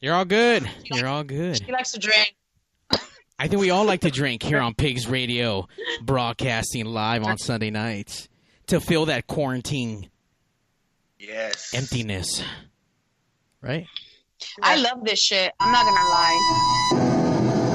You're all good. You're all good. She likes to drink. I think we all like to drink here on Pigs Radio, broadcasting live on Sunday nights to fill that quarantine Yes. emptiness. Right? I love this shit. I'm not gonna lie.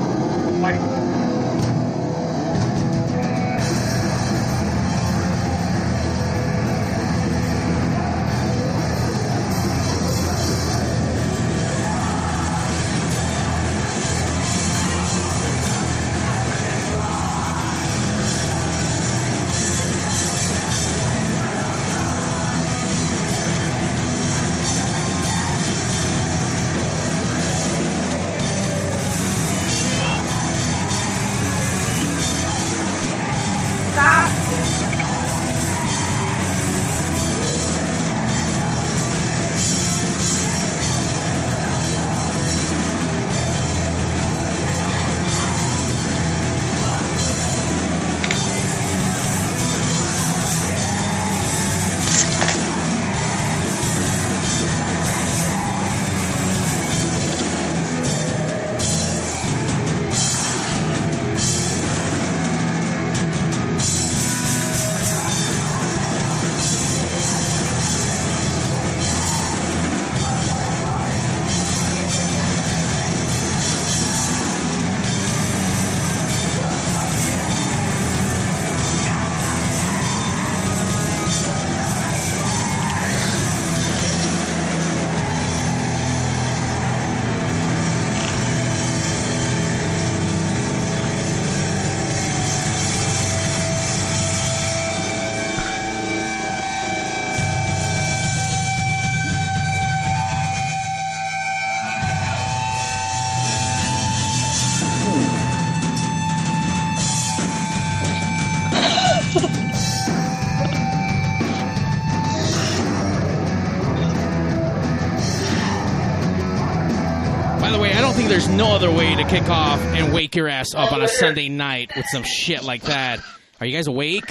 By the way, I don't think there's no other way to kick off and wake your ass up on a Sunday night with some shit like that. Are you guys awake?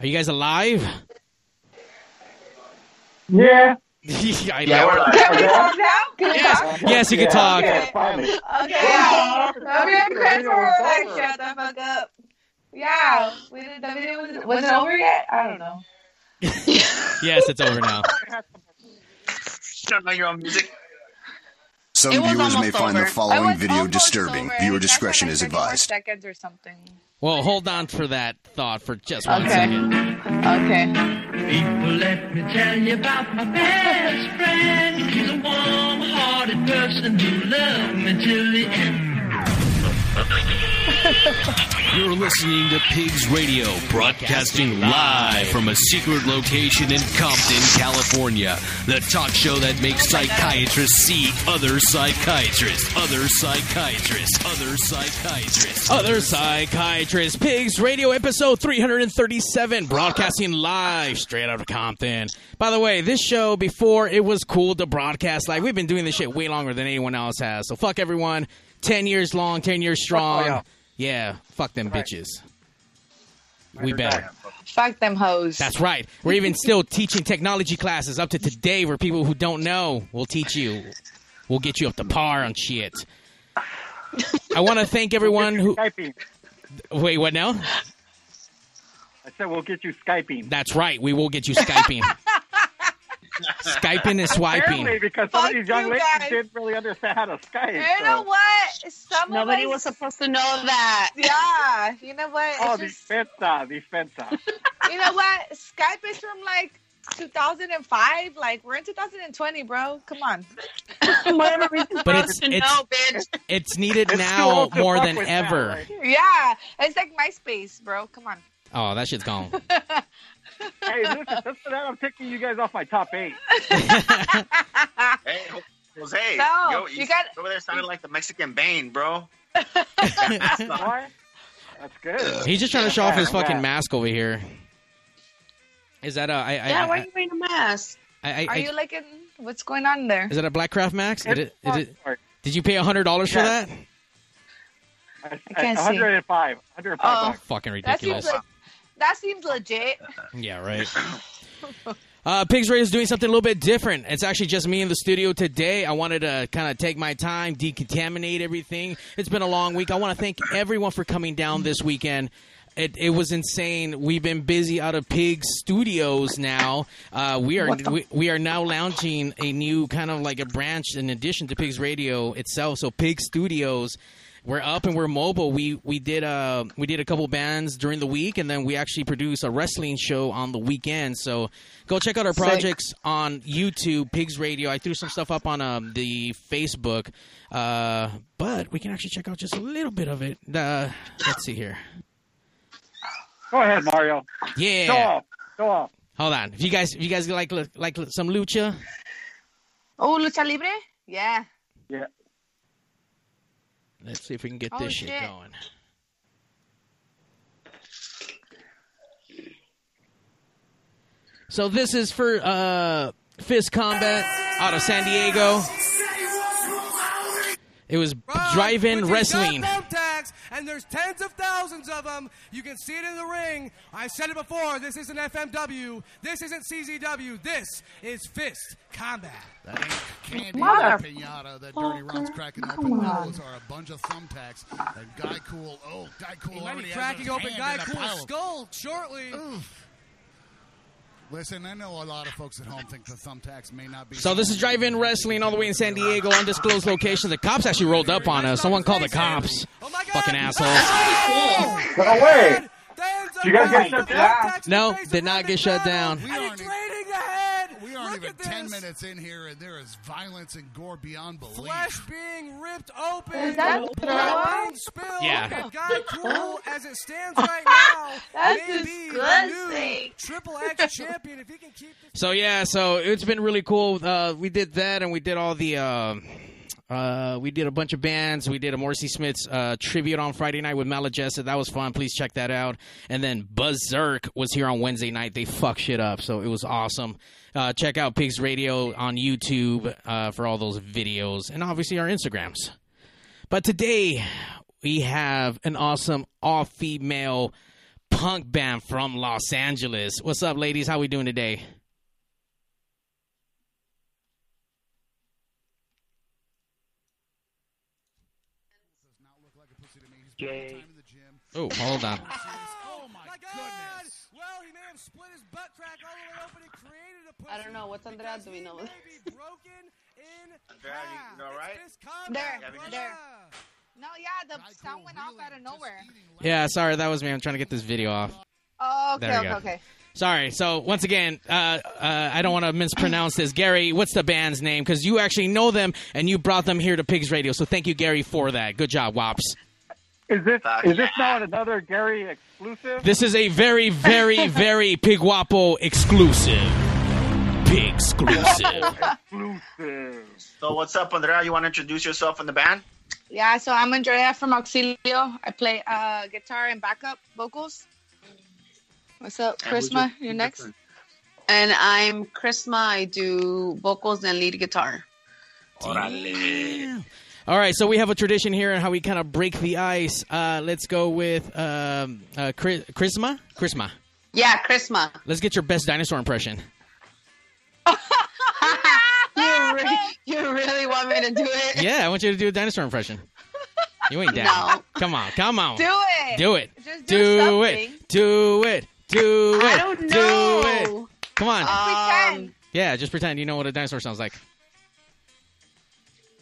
Are you guys alive? Yeah. I Yeah, know. we're like, Can we talk now? Can we talk? Yes, you can Yeah, talk. yeah, finally. Okay. Okay, Yeah, Chris, we're like, over. shut the fuck up. Yeah. We did, the video was, was it over yet? I don't know. Yes, it's over now. Shut up, you're on music. Some It was viewers may almost find the over. I following was video almost disturbing. over. Viewer That's discretion like is 30 more advised. Seconds or something. Well, hold on for that thought for just one Okay. second. Okay. People, let me tell you about my best friend. He's a warm-hearted person who loved me till the end. You're listening to Pigs Radio, broadcasting live from a secret location in Compton, California. The talk show that makes psychiatrists see other psychiatrists, other psychiatrists, other psychiatrists. Other Psychiatrist Pigs Radio episode 337, broadcasting live straight out of Compton. By the way, this show before it was cool to broadcast like we've been doing this shit way longer than anyone else has. So fuck everyone. 10 years long, 10 years strong. Oh, yeah. yeah. fuck them bitches. We better. Fuck them hoes. That's right. We're even still teaching technology classes up to today where people who don't know will teach you. We'll get you up to par on shit. I want to thank everyone who. Skyping. Wait, what now? I said we'll get you Skyping. That's right. We will get you Skyping. Skyping and Apparently, swiping. because some Fuck of these young you ladies guys. didn't really understand how to Skype. You so- know what? Some Nobody of was us, supposed to know that. Yeah. You know what? Oh, It's just, defensa, defensa. you know what? Skype is from like 2005. Like, we're in 2020, bro. Come on. Whatever reason But for it's- us to it's- know, bitch. It's needed It's too now old to more fuck than with ever. Now, Yeah. It's like MySpace, bro. Come on. Oh, that shit's gone. like, hey, listen, listen to that. I'm taking you guys off my top eight. Hey, Jose. No, yo, you got- over there sounding like the Mexican Bane, bro. Why? That's good. He's just trying to show off his fucking mask over here. Is that a? I, I, Yeah, why are I, you wearing a mask? I, I, Are you liking what's going on there? is that a Blackcraft mask? Did, it, did, it, I, did you pay hundred dollars for Yes. that? can't see. 105. 105 Oh. bucks. Fucking That seems ridiculous. like, that seems legit. Yeah, right. Uh, Pigs Radio is doing something a little bit different. It's actually just me in the studio today. I wanted to kind of take my time, decontaminate everything. It's been a long week. I want to thank everyone for coming down this weekend. It, it was insane. We've been busy out of Pig Studios now. Uh, we are we, we are now launching a new kind of like a branch in addition to Pigs Radio itself. So Pig Studios we're up and we're mobile. We we did uh we did a couple bands during the week, and then we actually produce a wrestling show on the weekend. So go check out our projects on YouTube, Pigs Radio. I threw some stuff up on um the Facebook, uh, but we can actually check out just a little bit of it. Uh, let's see here. Go ahead, Mario. Yeah, Go off. Go off. hold on. If you guys if you guys like like some lucha, Oh, lucha libre? Yeah. Yeah. let's see if we can get Oh, this shit shit. going. So this is for uh, Fist Combat out of San Diego. It was drive-in wrestling. Thumbtacks, and there's tens of thousands of them. You can see it in the ring. I said it before. This isn't FMW. This isn't CZW. This is fist combat. That ain't candy Mother- or pinata that Dirty Ron's cracking open. Those are a bunch of thumbtacks. And Guy Cool, oh, Guy Cool He might already be cracking has his open Guy hand in a pile Cool's of- skull shortly. Oof. Listen, I know a lot of folks at home think the thumbtacks may not be. So this is drive-in wrestling all the way in San Diego, undisclosed location. The cops actually rolled up on us. Someone called the cops. Oh my God. Fucking assholes. Go away. Tens of You guys get thousands shut of down? thumbtacks in No, the face did of not Randy get shut Savage. down. We And aren't it's even- raining ahead. We aren't Look even at this. 10 minutes in here, and there is violence and gore beyond belief. Flesh being ripped open. that blood being spilled. Yeah. And Guy Cool, as it stands right now, That's may be the new disgusting. Triple X champion if he can keep this. So yeah, so it's been really cool. Uh, we did that, and we did all the. Uh, uh, we did a bunch of bands. We did a Morrissey Smith's uh, tribute on Friday night with Maladjessa. That was fun. Please check that out. And then Berserk was here on Wednesday night. They fuck shit up, so it was awesome. Uh, check out Pigs Radio on YouTube uh, for all those videos, and obviously our Instagrams. But today we have an awesome all-female punk band from Los Angeles. What's up, ladies? How we doing today? Does not look like a pussy to me. He's putting time in the gym. Oh, hold on. Oh, my goodness. Well, he may have split his butt crack all the way open and created a pussy. I don't know. What's Andrea because doing he over may there? be broken in Andrea, half. you all right? It's fist combat, There, brother. there. No, yeah, the Guy Cool sound went really off out of just nowhere. eating last Yeah, sorry, that was me. I'm trying to get this video off. Oh, okay, There we okay, go. okay. Sorry. So once again, uh, uh, I don't want to mispronounce this. Gary, what's the band's name? Because you actually know them and you brought them here to Pigs Radio. So thank you, Gary, for that. Good job, Wops. Is this Fuck is this yeah. not another Gary exclusive? This is a very, very, very Pig Wapo exclusive. Pig exclusive. exclusive. So what's up, Andrea? You want to introduce yourself and the band? Yeah, so I'm Andrea from Auxilio. I play uh, guitar and backup vocals. What's up, Chrisma? You're next. And I'm Chrisma. I do vocals and lead guitar. Orale. All right, so we have a tradition here and how we kind of break the ice. Uh, let's go with um, uh, Chris- Chrisma. Chrisma. Yeah, Chrisma. Let's get your best dinosaur impression. You, re- you really want me to do it? Yeah, I want you to do a dinosaur impression. You ain't down. No. Come on, come on. Do it. Do it. Just do, Do something. it. Do it. Do it. I don't know. Do it. Come on. Uh, Um, Pretend. yeah, just pretend you know what a dinosaur sounds like.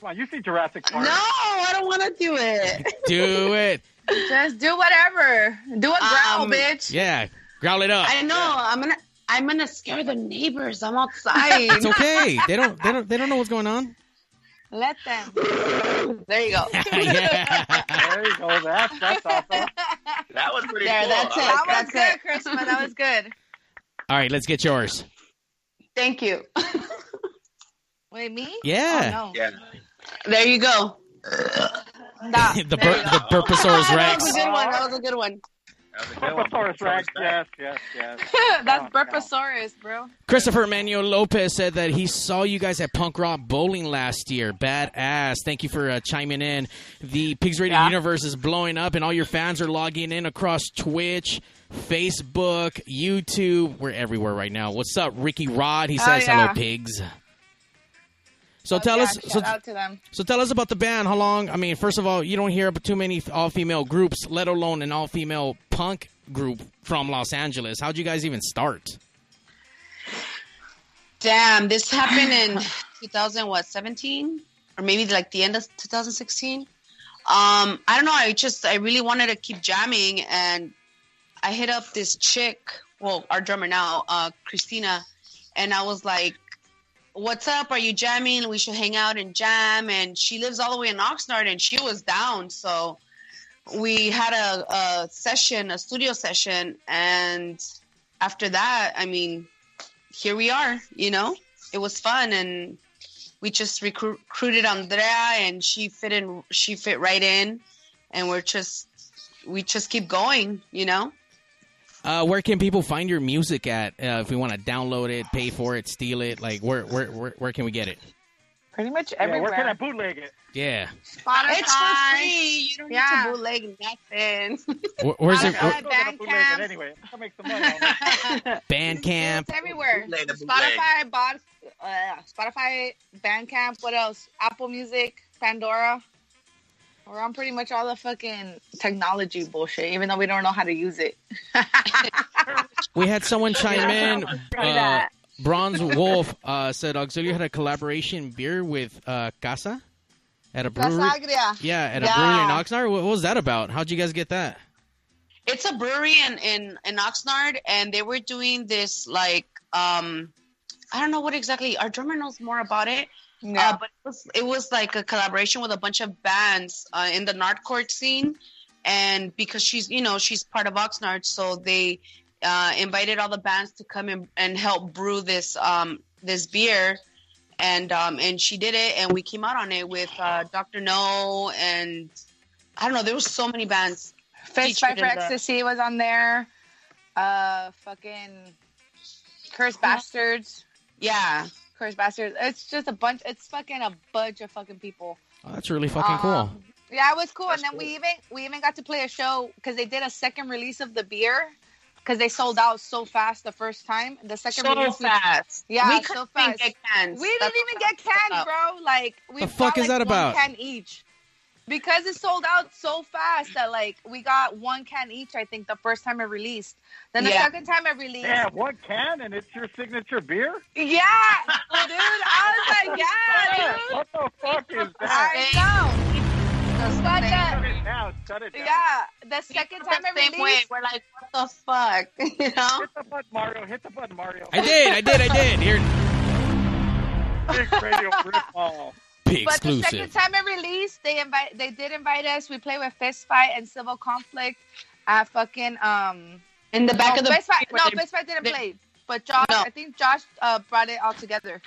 Come on, you see Jurassic no, Park. I don't want to do it. Do it. Um, Just do whatever. Do a growl, Um, bitch. Yeah. Growl it up. I know. I'm gonna. I'm gonna scare the neighbors. I'm outside. It's okay. They don't they don't they don't know what's going on. Let them. there you go. yeah. There you go. That's that's awesome. That was pretty There, cool. that's I it. That like was That's it. good, Chrisma. That was good. All right, let's get yours. Thank you. Wait, me? Yeah. Oh, no. Yeah. There you go. Stop. the bur- the Burposaurus That Rex. was a good one. That was a good one. That was a good one. Brontosaurus Rex. Yes, yes, yes. That's Oh, no. Burposaurus, bro. Christopher Manuel Lopez said that he saw you guys at Punk Rock Bowling last year. Badass. Thank you for uh, chiming in. The Pigs Radio Yeah. universe is blowing up, and all your fans are logging in across Twitch, Facebook, YouTube. We're everywhere right now. What's up, Ricky Rod? He Oh, says yeah. hello, pigs. So Oh, tell yeah, us. So, Shout out to them. so tell us about the band. How long? I mean, first of all, you don't hear about too many all female groups, let alone an all female punk group from Los Angeles. How'd you guys even start? Damn, this happened in 2000 what 17 or maybe like the end of 2016. Um, I don't know. I just I really wanted to keep jamming, and I hit up this chick. Well, our drummer now, uh, Christina, and I was like, "What's up? Are you jamming? We should hang out and jam." And she lives all the way in Oxnard, and she was down. So we had a, a session, a studio session, and after that, I mean, here we are. You know, it was fun, and we just recru- recruited Andrea, and she fit in. She fit right in, and we're just we just keep going. You know, Uh, where can people find your music at? Uh, if we want to download it, pay for it, steal it, like where where where, where can we get it? Pretty much Yeah, where everywhere. can I bootleg it? Yeah, Spotify. it's for free. You don't Yeah. need to bootleg nothing. Where, where's it? Is it- I'm Where, still gonna bootleg Bandcamp? it anyway. I make some money. on it. Bandcamp. It's everywhere. Bootleg, the bootleg. Spotify, bot, uh, Spotify, Bandcamp. What else? Apple Music, Pandora. We're on pretty much all the fucking technology bullshit, even though we don't know how to use it. We had someone chime in. Uh, Bronze Wolf uh, said Auxilio had a collaboration beer with uh, Casa at a brewery. Yeah, at a Yeah. brewery in Oxnard. What, what was that about? How'd you guys get that? it's a brewery in, in in Oxnard, and they were doing this like um, I don't know what exactly. Our drummer knows more about it. Uh, but it was, it was like a collaboration with a bunch of bands uh, in the Nardcore scene. And because she's, you know, she's part of Oxnard, so they uh, invited all the bands to come in and help brew this um, this beer. And um, and she did it, and we came out on it with uh, Dr. No, and I don't know, there was so many bands. Fist Fight featured for in the- Ecstasy was on there. Uh, fucking Cursed Bastards. Yeah, Cursed Bastards. It's just a bunch. It's fucking a bunch of fucking people. Oh, that's really fucking cool. Um, Yeah, it was cool. That's and then cool. we even we even got to play a show because they did a second release of the beer because they sold out so fast the first time. The second so release, fast. Yeah, we so couldn't fast. even get cans. we didn't That's even what get that's canned, about. bro. Like we The bought, fuck is like, that about? One can each because it sold out so fast that like we got one can each. I think the first time it released. Then the Yeah. second time it released, Damn, one can and it's your signature beer? yeah, dude. I was like, yeah, Damn, dude. what the fuck is that? I know. But uh, Shut the, it down. Shut it down. yeah, the Second second time it same way. released. We're like, what the fuck, you know? Hit the button, Mario. Hit the button, Mario. I did, I did, I did. Here, Big radio rip all. P But the second exclusive. time it released, they invite they did invite us. We play with Fist Fight and Civil Conflict at fucking um In the back no, of the Fist Fight. where No, they- Fist Fight didn't they- play. But Josh, No. I think Josh uh, brought it all together.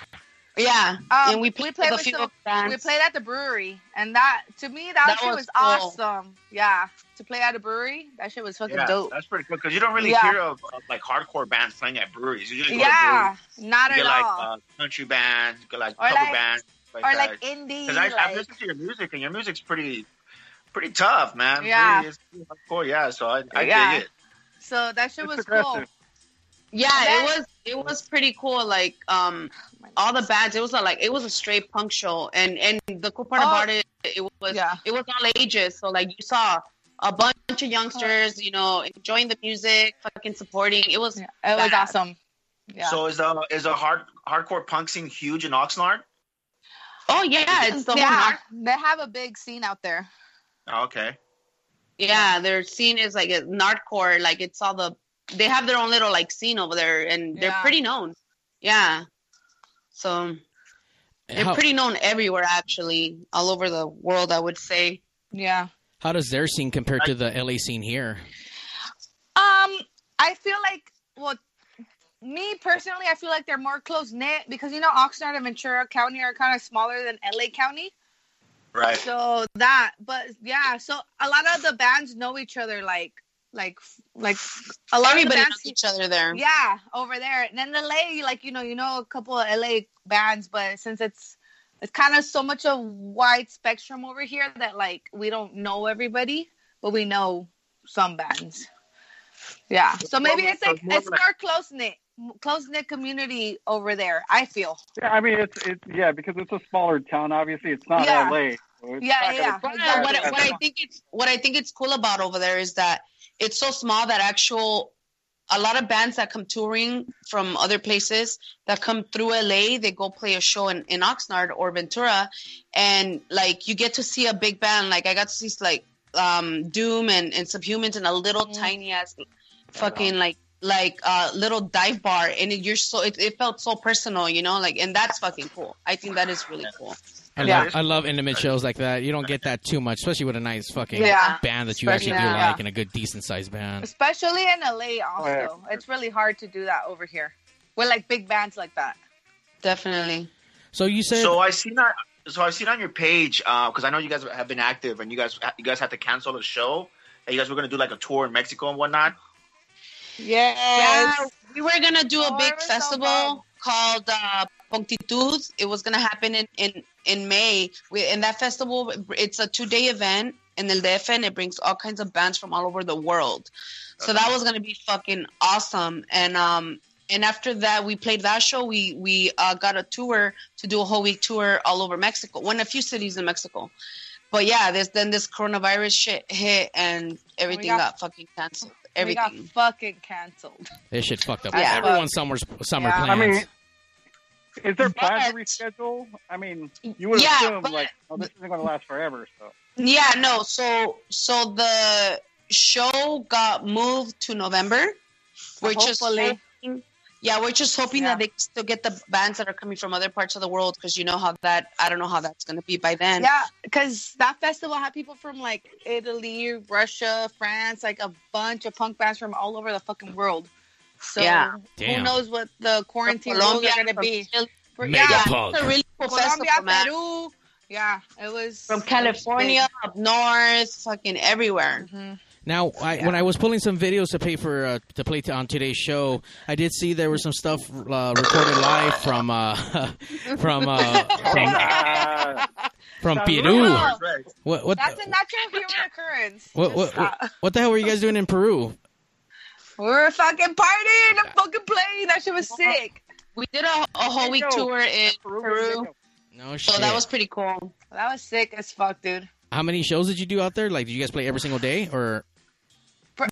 yeah, Um, and we we played, played with with a few some- bands. We played at the brewery, and that to me that, That shit was, was cool. awesome. Yeah, to play at a brewery, that shit was fucking Yeah, dope. that's pretty cool because you don't really Yeah. hear of, of like hardcore bands playing at breweries. You usually go Yeah, to not breweries. at You get like all. uh, country bands, you get like Or cover like- bands, like, or like indie. because I I've like- listened to your music and your music's pretty pretty tough, man. Yeah. really, it's pretty hardcore. Yeah, so I, I Yeah. dig it. so that shit It's was cool. aggressive. yeah, Then- it was it was pretty cool. Like um, Oh all the bands. It was a, like it was a straight punk show, and and the cool part Oh. about it, it was Yeah. it was all ages. So like you saw a bunch of youngsters, you know, enjoying the music, fucking supporting. It was Yeah, it was Bad. awesome. Yeah. So is the is the hard hardcore punk scene huge in Oxnard? oh yeah, it's the whole yeah, North- they have a big scene out there. Oh, okay. yeah. Their scene is like a nardcore. Like it's all the they have their own little like scene over there, and they're Yeah. pretty known. Yeah, so. They're How, pretty known everywhere, actually, all over the world. I would say. Yeah. how does their scene compare to the LA scene here? Um, I feel like well, me personally, I feel like they're more close knit because you know Oxnard and Ventura County are kind of smaller than LA County. Right. So that, but yeah, so a lot of the bands know each other. Like Like like a lot Everybody of the knows bands, each other there. yeah, over there. And then LA, like you know, you know a couple of LA bands, but since it's it's kind of so much a wide spectrum over here that like we don't know everybody, but we know some bands. Yeah, so maybe it's like it's more close knit, close knit community over there. I feel. Yeah, I mean it's it's yeah because it's a smaller town. Obviously, it's not Yeah. L.A. so it's Yeah, not yeah, gonna- yeah. But what, what I think it's what I think it's cool about over there is that it's so small that actual a lot of bands that come touring from other places that come through LA, they go play a show in, in Oxnard or Ventura and like you get to see a big band. Like I got to see like um Doom and, and Subhumans in a little Mhm. tiny ass fucking like like uh little dive bar and it, you're so it, it felt so personal, you know, like and that's fucking cool. I think that is really cool. I, Yeah. love, I love intimate shows like that. You don't get that too much, especially with a nice fucking Yeah. band that you Especially- actually do yeah. like and a good decent sized band. especially in LA. Also, yeah. it's really hard to do that over here with like big bands like that. Definitely. So you said So I seen that. So I've seen on your page because I know you guys have been active and you guys you guys had to cancel the show and you guys were gonna do like a tour in Mexico and whatnot. Yes. Yeah, we were gonna do a Oh, big it was so festival called uh, Punctitud. It was gonna happen in in in May. We, and that festival, it's a two day event in El DF, and it brings all kinds of bands from all over the world. So that was gonna be fucking awesome. And um and after that, we played that show. We we uh, got a tour to do a whole week tour all over Mexico, one a few cities in Mexico. But yeah, this then this coronavirus shit hit and everything got- got, fucking canceled. We Everything. got fucking canceled. this shit fucked up Yeah. everyone summer's summer Yeah. I plans. mean, is there plans to But- reschedule? I mean, you would Yeah, assume but- like, oh, this isn't going to last forever. So Yeah, no. So so the show got moved to November. We're just Hopefully. hoping- yeah, we're just hoping Yeah. that they can still get the bands that are coming from other parts of the world because you know how that I don't know how that's gonna be by then. Yeah, because that festival had people from like Italy, Russia, France, like a bunch of punk bands from all over the fucking world. So Yeah. Damn. who knows what the quarantine rules are going to be? For, Mega yeah, punk. It's a really cool Colombia, festival, man. Peru. Yeah, it was From California up north, fucking everywhere. Mhm. Now, I, when I was pulling some videos to pay for uh, to play to, on today's show, I did see there was some stuff uh, recorded live from uh, from uh, from, uh, from That's Peru. real. Right. What what, Oh, That's a natural human occurrence. what, Just what, stop. what what the hell were you guys doing in Peru? We were fucking partying and fucking playing. That shit was sick. We did a, a whole week Yo. tour in Peru, Peru. No shit. so that was pretty cool. That was sick as fuck, dude. How many shows did you do out there? Like, did you guys play every single day, or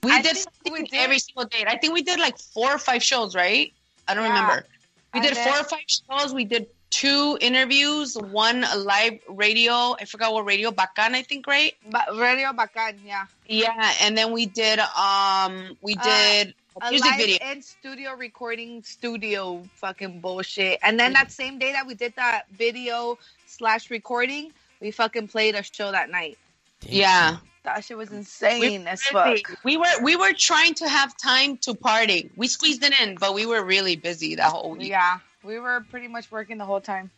We I did think something every single day. I think we did like four or five shows, right? I don't Yeah. remember. We I did did. four or five shows. We did two interviews, one live radio. I forgot what radio, Bacan, I think, right? Ba- Radio Bacan, yeah. Yeah, and then we did um we Uh, did a a music live video. in studio recording studio fucking bullshit. And then that same day that we did that video slash recording, we fucking played a show that night. Yeah. That shit was insane as fuck. Busy. We were we were trying to have time to party. We squeezed it in, but we were really busy that whole week. Yeah, we were pretty much working the whole time.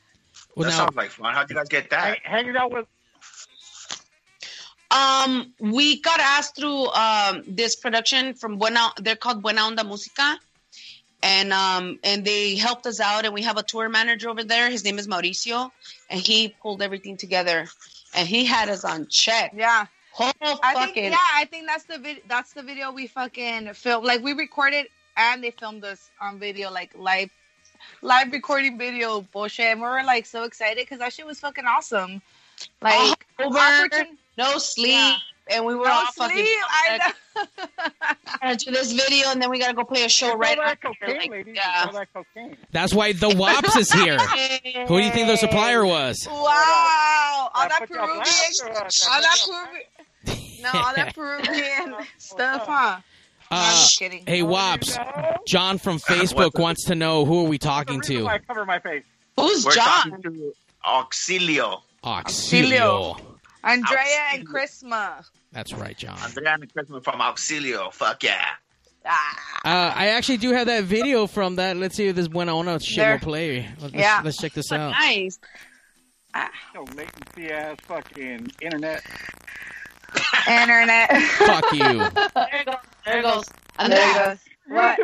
well, that now, sounds like fun. How'd you guys get Ha- that? hanging out with Um, we got asked through um, this production from Buena. They're called Buena Onda Música, and um, and they helped us out. And we have a tour manager over there. His name is Mauricio, and he pulled everything together, and he had us on check. Yeah. Whole I fucking think yeah, I think that's the vid- that's the video we fucking filmed. Like we recorded and they filmed us on video, like live live recording video bullshit. And we were like so excited because that shit was fucking awesome. Like over, opportun- oh, no sleep, Yeah. and we were no all sleep. fucking. I know. Gotta do this video, and then we gotta go play a show all right that after. cocaine, Like, ladies. yeah. All that cocaine. that's why the Wops is here. Who do you think the supplier was? Wow! All I that put your Peruvian, all glass to us. I that put your Peruvian, no, all that Peruvian stuff, huh? No, I'm Uh, just kidding. hey, Wops. You know? John from Facebook wants to know who are we talking The reason to? why I cover my face. Who's We're John? talking to Auxilio, Auxilio. Andrea and Chrisma. That's right, John. Andrea and Christmas from Auxilio. Fuck yeah! Ah. Uh, I actually do have that video from that. Let's see if this Buena Ona shit There. will play. Let's, Yeah. let's check this out. Nice. No latency ass fucking internet. Internet. Fuck you. Hey, There it goes. Andrea. Uh, What?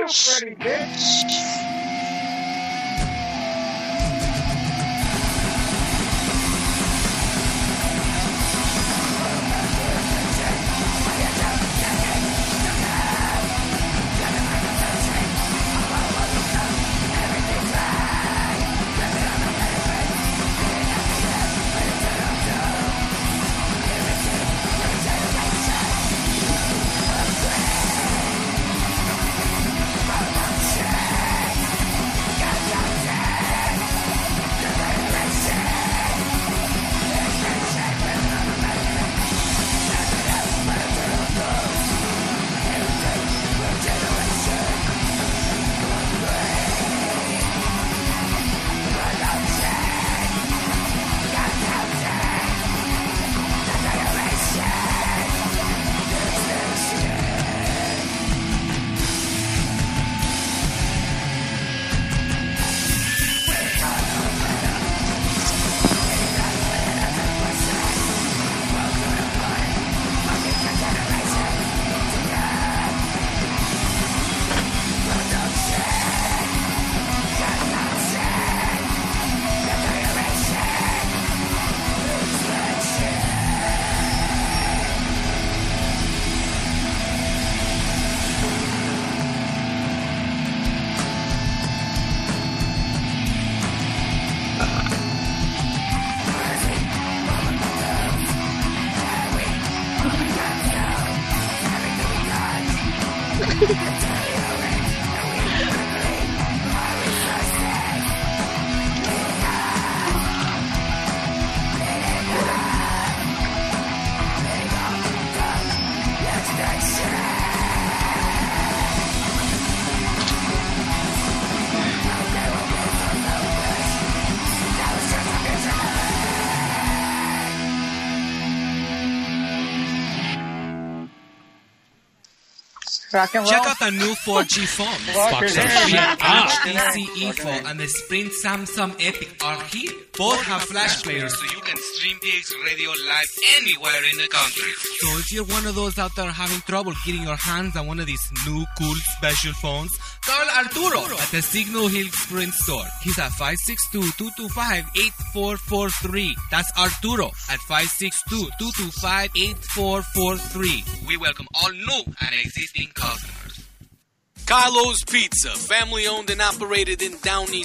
Rock and roll. Check out the new 4G phone. Rock and roll. Xiaomi Rock and roll. HTC E4 E and the Sprint Samsung Epic are here. Both have flash players so you can stream PX Radio live anywhere in the country. So if you're one of those out there having trouble getting your hands on one of these new cool special phones, call Arturo at the Signal Hill Sprint store. He's at 562-225-8443. That's Arturo at 562-225-8443. We welcome all new and existing customers. Carlos Pizza, family owned and operated in Downey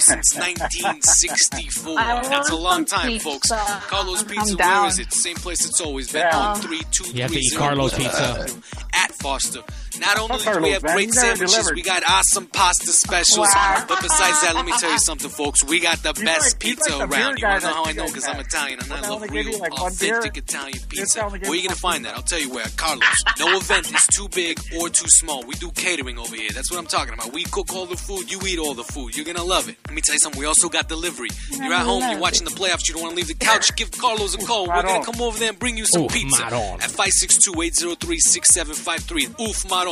since 1964. I want That's a long some time, pizza. folks. Carlos I'm Pizza, where down. is it? Same place it's always been Yeah. on 3230 You have to eat Carlos Pizza. at Foster. Not only do we Carlos, have man. great You never sandwiches, delivered. we got awesome pasta specials. Wow. But besides that, let me tell you something, folks. We got the You're best like- you're pizza like the beer around. You want to guy know how that I know? does because I'm that. Italian and Well, I I love only gave you, real, like, one beer. authentic Italian pizza. only Where gave are you you going to one find that? I'll tell you where. Carlos. No event is too big or too small. We do catering over here. That's what I'm talking about. We cook all the food. You eat all the food. You're going to love it. Let me tell you something. We also got delivery. You're at home. You're watching the playoffs. You don't want to leave the couch. Give Carlos a call. We're going to come over there and bring you some Oof, pizza Maron. at 562-803-6753. Oof Maron.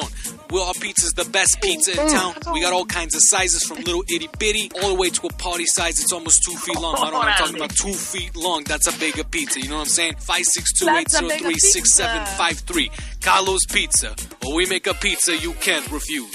Well, our pizza's the best pizza in town. We got all kinds of sizes from little itty bitty all the way to a party size. It's almost two feet long. Maron, I'm talking about two feet long. That's a bigger pizza. You know what I'm saying? 562-803-6753. Carlos Pizza. When we make a pizza you can't refuse.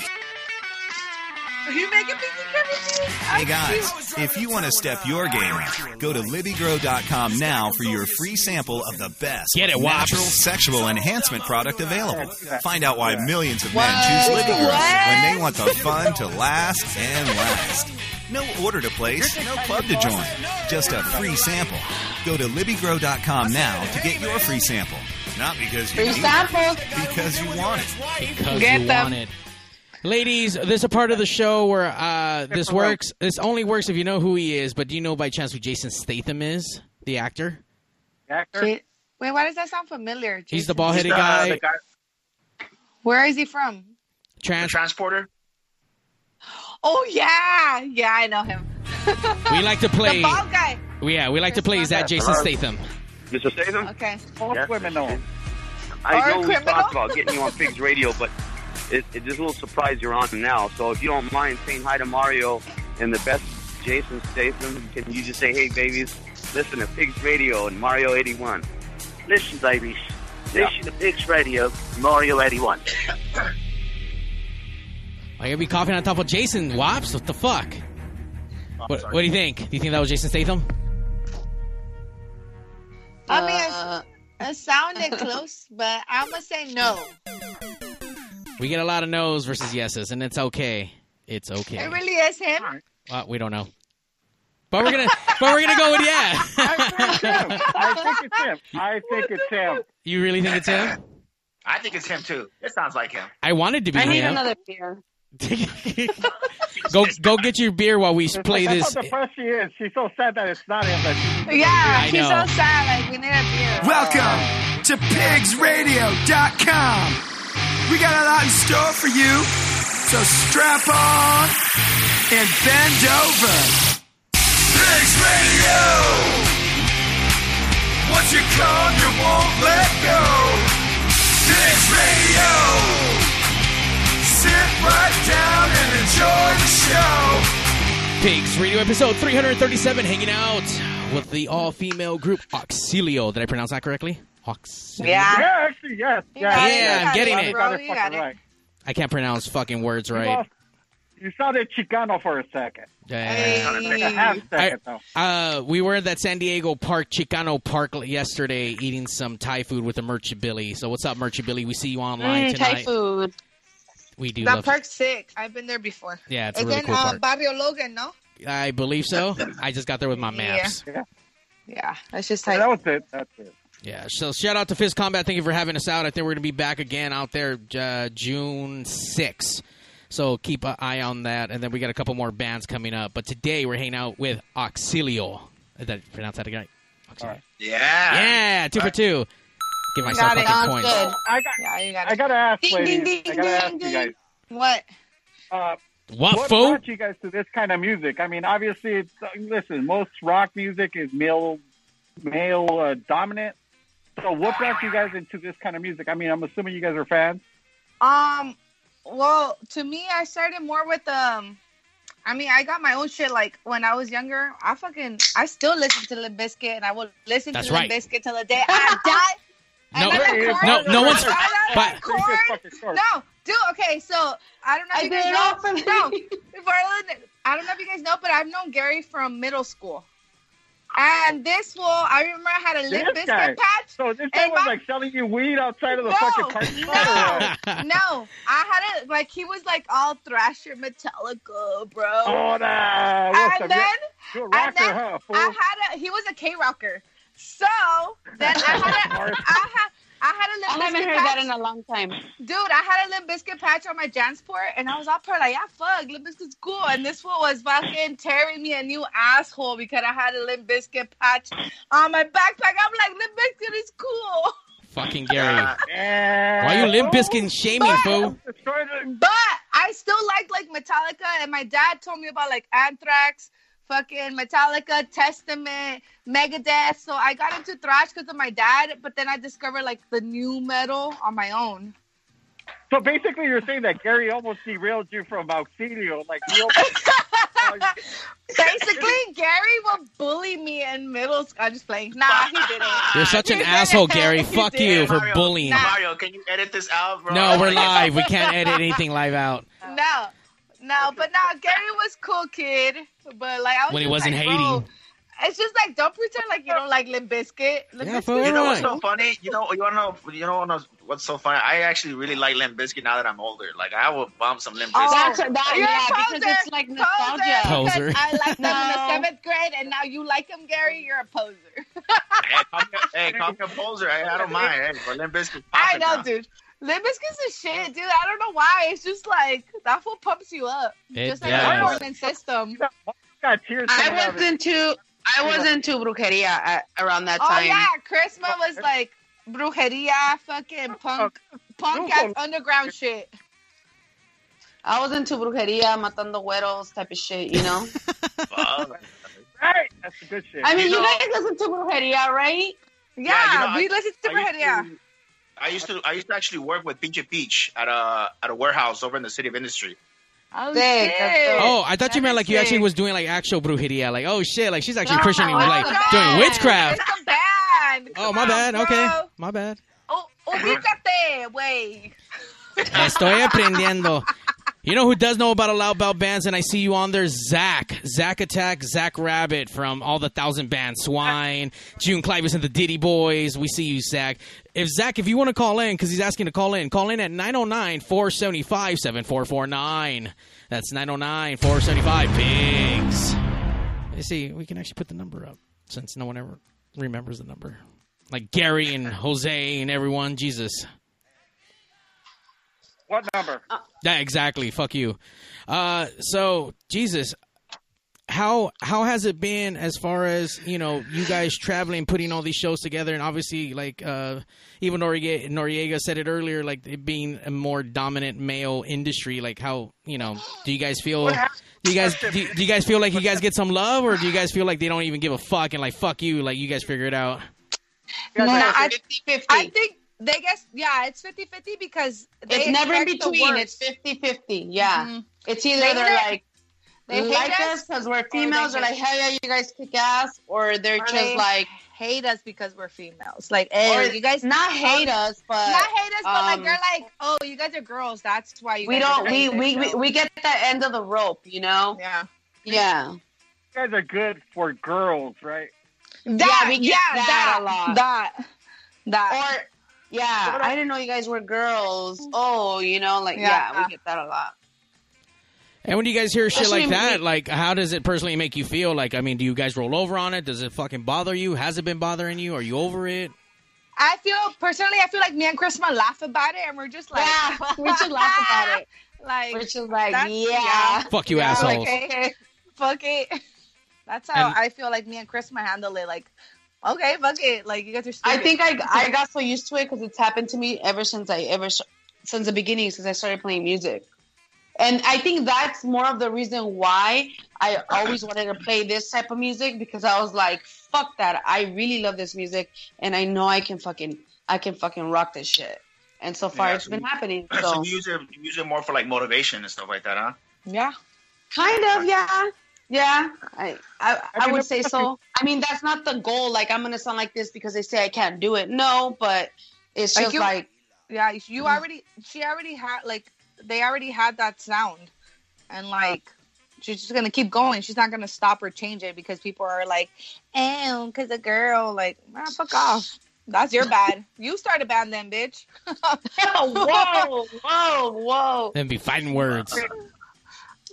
Are you making pizza cookies? Hey guys, if you want to step your game up, go to LibbyGrow.com now for your free sample of the best Get it, Wops. natural sexual enhancement product available. Find out why millions of men What? choose LibbyGrow when What? they want the fun to last and last. No order to place, no club to join, just a free sample. Go to LibbyGrow.com now to get your free sample. Not because you Free need samples. it, because you want it. because Get you them. want it. Ladies, there's a part of the show where uh, this works. This only works if you know who he is. But do you know by chance who Jason Statham is, the actor? Wait, why does that sound familiar? He's Jason? the bald headed guy, Where is he from? trans- transporter. Oh yeah, yeah, I know him. We like to play. The bald guy. Yeah, we like to play. Is that Jason Hello? Statham? Mr. Statham? Okay. Yes, criminal. Or I know we criminal. talked about getting you on Pigs Radio, but it, it is a little surprise you're on now. So if you don't mind saying hi to Mario and the best Jason Statham, can you just say, hey, babies, listen to Pigs Radio and Mario 81? Listen, babies. Yeah. Listen to Pigs Radio, Mario 81. I gotta be coughing on top of Jason Wops. What the fuck? What, what do you think? Do you think that was Jason Statham? I mean, Uh, it's- it sounded close, but I'm gonna say no. We get a lot of no's versus yeses, and it's okay. It's okay. It really is him. Well, we don't know. But we're gonna, but we're gonna go with yeah. I think it's him. I think it's him. you really think it's him? I think it's him too. It sounds like him. I wanted to be him. beer. Go, go get your beer while we play That's this. how depressed she is. She's so sad that it's not him. That she- Yeah, I she's know. so sad. Like we need a beer. Welcome to pigsradio.com. We got a lot in store for you, so strap on and bend over. Pigs Radio! Once you come, you won't let go. Pigs Radio! Sit right down and enjoy the show. Pigs Radio episode 337, hanging out with the all female group Auxilio. Did I pronounce that correctly? Auxilio. Yeah, actually, yes. yes, got it, yes. you Yeah, I'm got getting it, it. bro, You got it you got fucking it. right. I can't pronounce fucking words You right. lost- You sounded Chicano for a second. Yeah. Take a half second, though. Uh, we were at that San Diego Park, Chicano Park yesterday, eating some Thai food with a Merchant Billy. So what's up, Merchant Billy? We see you online Mm, tonight. Thai food. We do That love. park's sick. I've been there before. Yeah, it's a it's really in cool uh, park. Barrio Logan, no? I believe so. I just got there with my maps. Yeah. Yeah, that's just That was it. That's it. Yeah. So shout out to Fist Combat. Thank you for having us out. I think we're going to be back again out there uh, June 6th. So keep an eye on that. And then we got a couple more bands coming up. But today we're hanging out with Auxilio. Did I pronounce that again? Auxilio. Yeah. Yeah. Two for two. Give myself got it. fucking points. I got, yeah, you got it. I gotta ask, Ding, ladies. ding, ding, I gotta ask ding, you guys. What? Uh, What, what fool? brought you guys to this kind of music? I mean, obviously, it's, uh, listen, most rock music is male, male uh, dominant. So, what brought you guys into this kind of music? I mean, I'm assuming you guys are fans. Um, well, to me, I started more with um. I mean, I got my own shit. Like when I was younger, I fucking I still listen to Limp Bizkit, and I will listen That's to Limp right. Bizkit till the day I die. No, I no, record- no, no one's. I But record- No, dude. Okay, so I don't know if I you did guys it know. all for no, before I learned it, I don't know if you guys know, but I've known Gary from middle school. And this fool, I remember I had a Limp This Bizkit guy. patch. So, this guy and was my- like selling you weed outside of the No, fucking parking lot. no, no, I had it like he was like all Thrasher Metallica, bro. Oh, nah. And Wilson, then you're, you're a and rocker, then huh? Fool? I had a he was a K rocker, so then I had a, I had I I had a Limp haven't Bizkit heard patch. that in a long time. Dude, I had a Limp Bizkit patch on my Jansport, and I was all proud, like, yeah, fuck, Limp Bizkit's cool. And this one was fucking tearing me a new asshole because I had a Limp Bizkit patch on my backpack. I'm like, Limp Bizkit is cool. Fucking Gary. Yeah. Why you limp biscuit shaming, fool? Destroyed it. But I still liked, like, Metallica, and my dad told me about, like, Anthrax, fucking Metallica, Testament, Megadeth. So I got into thrash because of my dad, but then I discovered, like, the new metal on my own. So basically, you're saying that Gary almost derailed you from Auxilio. Like, Oh, he almost- Basically, Gary will bully me in middle school. I'm just playing. Nah, he didn't. You're such an asshole, Gary. Fuck you for bullying. Mario, can you edit this out, bro? No, we're live. We can't edit anything live out No, no, but no, Gary was cool kid. But like, I was when he just wasn't like, hating. bro, it's just like don't pretend like you don't like Limp Bizkit. Limp Yeah, Bizkit for is You know what's cool. so funny? You know, you wanna know, you know, wanna know what's so funny? I actually really like Limp Bizkit now that I'm older. Like, I will bump some Limp Bizkit. That's that, Oh, You're a yeah, poser, because it's like nostalgia. Poser. because I liked them in the No. seventh grade, and now you like him, Gary. You're a poser. hey, call me, a- hey, call me a poser. I, I don't mind. Hey, but Limp Bizkit's popping I know, now. dude. Limp Bizkit's a shit, dude. I don't know why. It's just like that fool pumps you up. It just like does. the Portland system. got tears. I coming out of was his- into I was into brujeria at, around that Oh time. yeah, Christmas was like brujeria, fucking punk, punk ass underground shit. I was into brujeria, matando güeros type of shit, you know. Fuck. Right, that's the good shit. I mean, You you know- guys listen to brujeria, right? Yeah, you know, I- we listened to I used brujeria. to- I used to I used to actually work with Pinche Peach at a at a warehouse over in the city of industry. Oh Sick, shit! Oh, I thought you meant like you actually sick. was doing like actual brujeria. Like, oh shit, like she's actually No, Christian and it's like a band. doing witchcraft. It's a band. Oh, Come my on, bad. Okay. bro. My bad. Oh, ubícate, wey. Estoy aprendiendo. You know who does know about Loud Bell bands? And I see you on there, Zach, Zach Attack, Zach Rabbit from all the thousand bands, Swine, June Clivis and the Diddy Boys. We see you, Zach. If Zach, if you want to call in, because he's asking to call in, call in at 909 475 7449. That's 909 475 Pigs. You see, we can actually put the number up since no one ever remembers the number. Like Gary and Jose and everyone, Jesus. What number? Uh. Yeah, exactly. Fuck you. Uh, so Jesus, how how has it been as far as you know you guys traveling, putting all these shows together, and obviously like uh, even Noriega, Noriega said it earlier, like it being a more dominant male industry. Like how you know do you guys feel? Do you guys do, do you guys feel like you guys get some love, or do you guys feel like they don't even give a fuck and like fuck you, like you guys figure it out? No, I, I think they guess yeah it's 50 50 because they It's never in expect the between. worst. Mm-hmm. It's 50-50. Yeah. It's either They they are hate- like they they hate like us, us because we're or they females, or hate like us. hell yeah, you guys kick ass, or they're Or just they like hate us because we're females. Like, eh, or you guys not hate um, us, but not hate us, but like um, they're like, oh, you guys are girls. That's why you. we guys are don't we crazy, we, we so. we get that end of the rope, you know? Yeah. Yeah. You guys are good for girls, right? That, yeah, we get yeah, that, that, a lot. That that Or yeah, What I didn't know you guys were girls. Oh, you know, like Yeah. yeah, we get that a lot. And when you guys hear shit Especially like when that, like how does it personally make you feel? Like, I mean, do you guys roll over on it? Does it fucking bother you? Has it been bothering you? Are you over it? I feel personally, I feel like me and Chrisma laugh about it, and we're just like, Yeah, we should laugh about it. Like, We're just like, that's- yeah. Fuck you, Yeah, assholes. Like, okay, fuck it. That's how And- I feel like me and Chrisma handle it. Like, okay, fuck it. Like you guys are. I Stupid. think I I got so used to it because it's happened to me ever since I ever since the beginning since I started playing music, and I think that's more of the reason why I always wanted to play this type of music because I was like, fuck that, I really love this music and I know I can fucking I can fucking rock this shit, and so far Yeah, it's so been you- happening. So So you use it, you use it more for like motivation and stuff like that, huh? yeah, kind of yeah. Yeah, I I, I I mean, would say so. I mean, that's not the goal. Like, I'm gonna sound like this because they say I can't do it. No, but it's Like just you- like yeah. You already, she already had like they already had that sound, and like she's just gonna keep going. She's not gonna stop or change it because people are like, "Oh, because a girl." Like, nah, fuck off. That's your bad. You start a band then, bitch. whoa, whoa, whoa. Then be fighting words.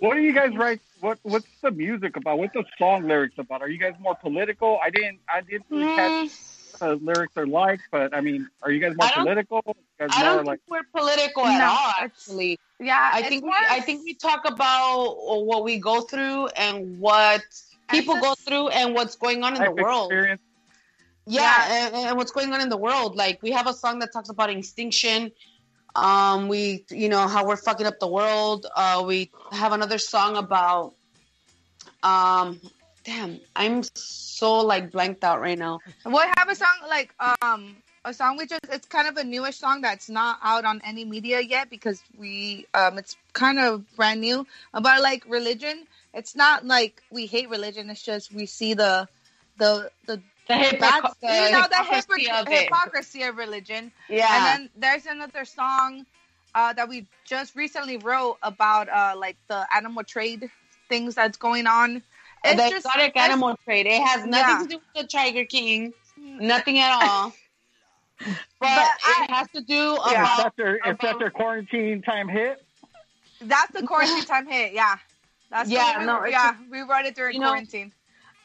What do you guys write? What What's the music about? What's the song lyrics about? Are you guys more political? I didn't I didn't really catch the lyrics are like, but I mean, are you guys more I don't- political? You guys I more don't like think we're political at No, all. Actually, Yeah, I it's think we, more- I think we talk about what we go through and what people go through and what's going on in the life world. experience? Yeah, Yeah. And, and what's going on in the world. Like we have a song that talks about extinction. Um, we you know how we're fucking up the world. Uh, we have another song about um, damn, I'm so like blanked out right now. Well, I have a song like um a song which is it's kind of a newish song that's not out on any media yet because we um it's kind of brand new about like religion. It's not like we hate religion. It's just we see the the the The bad, hypocr- you know the hypocrisy hypocr- of it. hypocrisy of religion. Yeah. And then there's another song uh, that we just recently wrote about uh, like the animal trade things that's going on. It's the just exotic it's- animal trade. It has nothing Yeah. to do with the Tiger King, nothing at all. but I- it has to do Is about that their Is Um, that their quarantine time hit? That's the quarantine time hit. Yeah. That's Yeah, yeah, we, no, it's yeah, we wrote it during you know, quarantine.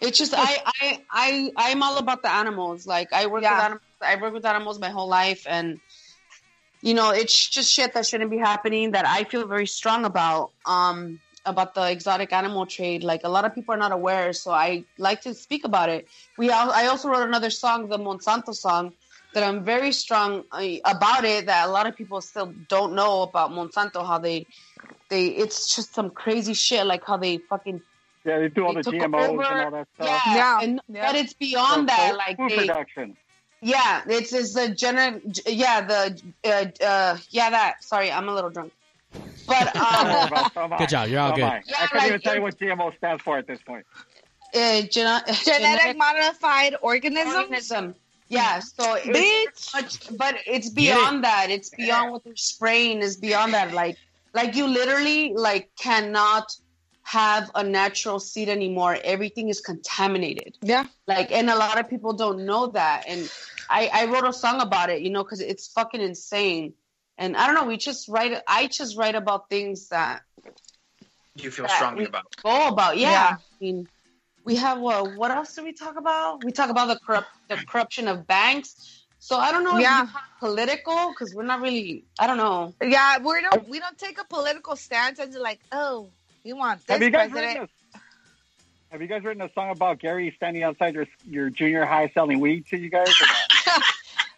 It's just I I I I'm all about the animals. Like I work Yeah. with animals. I work with animals my whole life, and you know it's just shit that shouldn't be happening that I feel very strong about. Um, about the exotic animal trade. Like a lot of people are not aware, so I like to speak about it. We al- I also wrote another song, the Monsanto song, that I'm very strong uh, about it. That a lot of people still don't know about Monsanto. How they they it's just some crazy shit. Like how they fucking Yeah, they do all They the took GMOs over- and all that yeah, stuff. Yeah. And, Yeah. but it's So beyond that. food- Like food they, production. yeah, it's it's the general. Yeah, the uh, uh, yeah that. Sorry, I'm a little drunk. But Don't worry um, about it. So am I. Good job. You're all So am good. I. I Yeah, can't like, even tell you what GMO stands for at this point. uh, geno- Genetic genetic modified organism. organism. Yeah, so it's Bitch. much, but it's beyond that. It's beyond what they're spraying. Is beyond that. Like Like you literally like cannot have a natural seed anymore. Everything is contaminated. Yeah. Like and a lot of people don't know that and I I wrote a song about it, you know, cuz it's fucking insane. And I don't know, we just write I just write about things that You feel that strongly we about. it. go about. Yeah. Yeah. I mean, we have what? What else do we talk about? We talk about the corrupt, the corruption of banks. So I don't know. Yeah. If we talk political because we're not really. I don't know. Yeah, we don't we don't take a political stance and like, oh, you want this Have you guys president? Have you guys written a song about Gary standing outside your your junior high selling weed to you guys?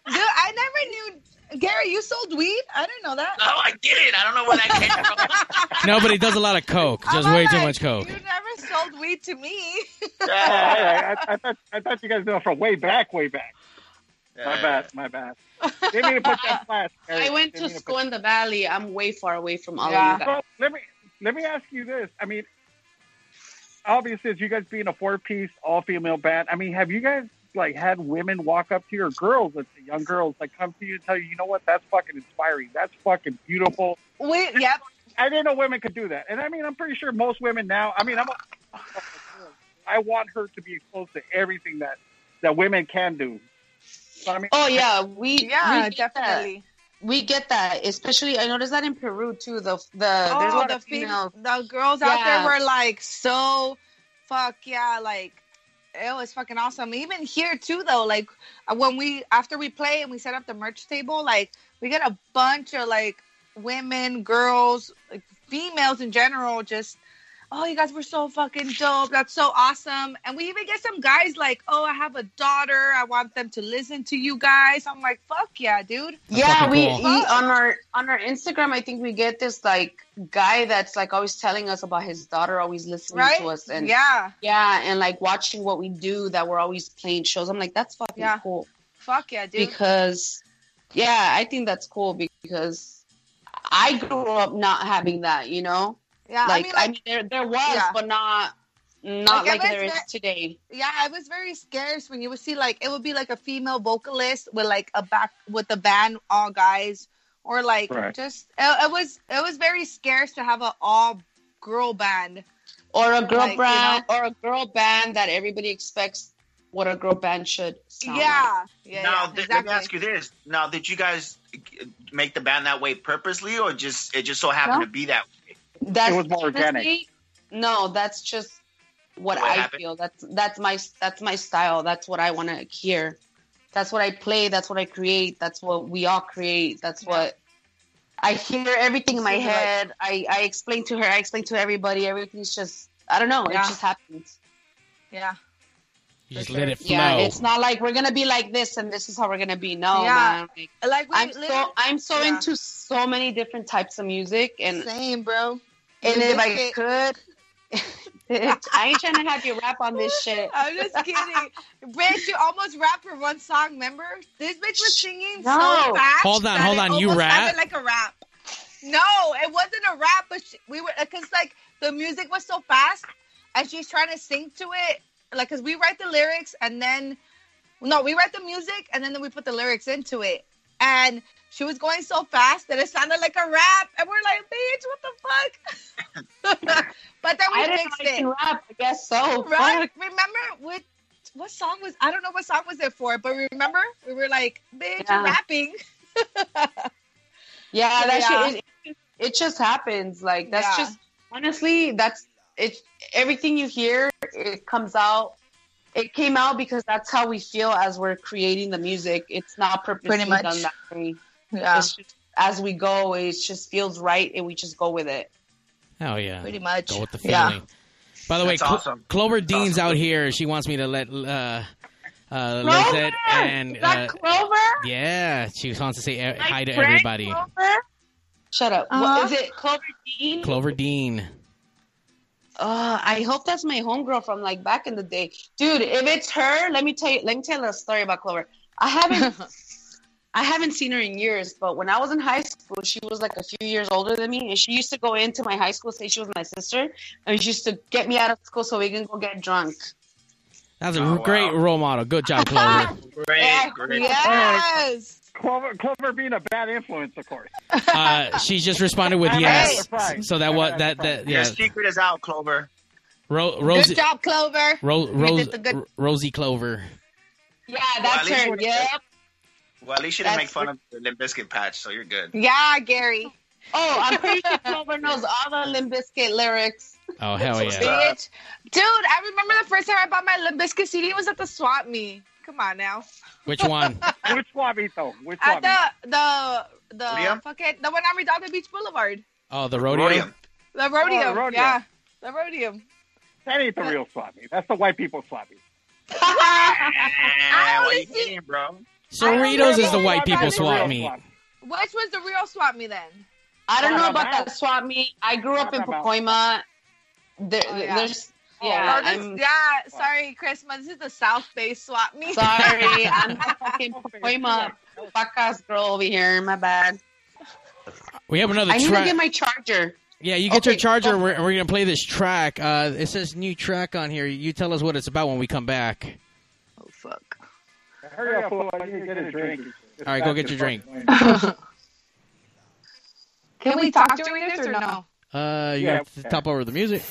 Dude, I never knew. Gary, you sold weed? I didn't know that. No, Oh, I did it. I don't know where that came from. No, but he does a lot of coke. Just I'm way too like, much Oh. coke. You never sold weed to me. I, Oh, I, I, thought, I thought you guys know from way back, way back. My bad, my bad. They need to put that flash. Gary. I went They to need put school in the valley. I'm way far away from all Yeah. of you Well, guys. let me let me ask you this. I mean, obviously, as you guys being a four piece all female band, I mean, have you guys like had women walk up to your girls, let's say young girls, like come to you and tell you, you know what, that's fucking inspiring, that's fucking beautiful. Wait, yep. I didn't know women could do that, and I mean, I'm pretty sure most women now. I mean, I'm. A, I want her to be exposed to everything that that women can do. So, I mean, Oh yeah, we Yeah, we get that. definitely. We get that, especially I noticed that in Peru too. The the there's a Oh, lot the, of females. female, the girls out Yeah. there were like so, fuck yeah, like it was fucking awesome. Even here too, though, like uh, when we after we play and we set up the merch table, like we get a bunch of like women, girls, like, females in general, just. Oh, you guys were so fucking dope. That's so awesome. And we even get some guys like, oh, I have a daughter. I want them to listen to you guys. I'm like, fuck yeah, dude. yeah we, cool. we on our on our instagram i think we get this like guy that's like always telling us about his daughter always listening Right? to us and Yeah. yeah and like watching what we do that we're always playing shows i'm like that's fucking Yeah. cool Fuck yeah, dude. because yeah i think that's cool because i grew up not having that you know yeah, like I mean, I like, mean, there, there was Yeah. but not not Like, like, I bet there is that- today Yeah, it was very scarce when you would see like it would be like a female vocalist with like a back with a band all guys or like Right. just it, it was it was very scarce to have an all girl band. or a girl Like, you band or a girl band that everybody expects what a girl band should sound like. Yeah, yeah, now, yeah, th- let me exactly. ask you this. Now, did you guys uh, make the band that way purposely, or just it just so happened No. to be that? way? That's It was more organic. honestly- No, that's just what The way it I happened? feel. That's that's my that's my style. That's what I want to hear. That's what I play. That's what I create. That's what we all create. That's what I hear. Everything in my Sounds like- head. I I explain to her. I explain to everybody. Everything's just I don't know. Yeah. It just happens. Yeah, You just let it flow. Yeah, it's not like we're gonna be like this and this is how we're gonna be. No, Yeah. man. Like, like we I'm literally- so I'm so Yeah. into so many different types of music and same, bro. and if Music. I could, bitch, I ain't trying to have you rap on this shit. I'm just kidding, bitch. You almost rapped for one song, remember? This bitch was singing so No. fast. Hold on, that hold it on, you almost rap? sounded Like a rap. No, it wasn't a rap, but she, we were because like the music was so fast, and she's trying to sing to it. Like, cause we write the lyrics and then no, we write the music and then we put the lyrics into it. And she was going so fast that it sounded like a rap, and we're like, bitch, what the fuck? but then we I didn't fixed know you it. can rap. I guess so. Right? Oh, Fuck. Remember what what song was I don't know what song was it for, but remember we were like, bitch, Yeah. you're rapping. Yeah, that Yeah. shit. It, it just happens. Like that's Yeah. just honestly, that's it. Everything you hear, it comes out. It came out because that's how we feel as we're creating the music. It's not purposely Pretty much. done that way. Yeah. It's just, as we go, it just feels right, and we just go with it. Oh yeah. Pretty much. Go with the Yeah. feeling. By the way, That's Clo- awesome. Clover Dean's out here. She wants me to let uh, uh, Lizette and uh, Clover? yeah, she wants to say e- hi to Frank everybody. Clover? Shut up. Uh-huh. What is it? Clover Dean? Clover Dean. Uh, I hope that's my homegirl from like back in the day, dude. If it's her, let me tell you. Let me tell you a story about Clover. I haven't, I haven't seen her in years. But when I was in high school, she was like a few years older than me, and she used to go into my high school, say she was my sister, and she used to get me out of school so we can go get drunk. That's a Oh, great wow. role model. Good job, Clover. Great, great. Yes. Clover, Clover being a bad influence, of course. Uh, she just responded with I'm yes. surprised. So that was that that Your yeah. secret is out, Clover. Ro- Rosie, Good job, Clover. Ro- You Ro- did the good- Ro- Rosie Clover. yeah, Well, at that's least her. you- Yep. Well, at least you didn't That's make fun of the Limp Bizkit patch, so you're good. Yeah, Gary. Oh, I'm pretty sure Clover knows all the Limp Bizkit lyrics. Oh hell Uh, What's yeah! up? Bitch. Dude, I remember the first time I bought my Limp Bizkit CD was at the swap meet. Come on now. Which one? Which Suavito? Which At Suavito? the the the Rodeo? fucking the one on Redondo Beach Boulevard. Oh, the rodeo. Rodeo. The rodeo. Oh, rodeo. Yeah. The rodeo. That ain't the real Swabby. That's the white people Swabby. Ah, what only you see- mean, bro? Cerritos is the Swabby, white people that's the real swap meet. Swabby. Which was the real swap meet then? I don't Wow, know about wow. that swap meet. I grew up in Wow, wow. Pacoima. There, Oh, yeah. There's, Oh, yeah, Oh, this- I'm yeah, sorry, Christmas. This is the South Bay swap meet. sorry. I'm a fucking Pacoima Pacas girl over here. My bad. We have another I need to track. get my charger. yeah, you get Okay, your charger. go. We're, we're gonna play this track. Uh, it says new track on here. You tell us what it's about when we come back. Oh fuck. Hurry up, fool. I need to get a drink. All right, go get your drink. Can, we talk during this or no? Uh, you Yeah, have to okay. top over the music.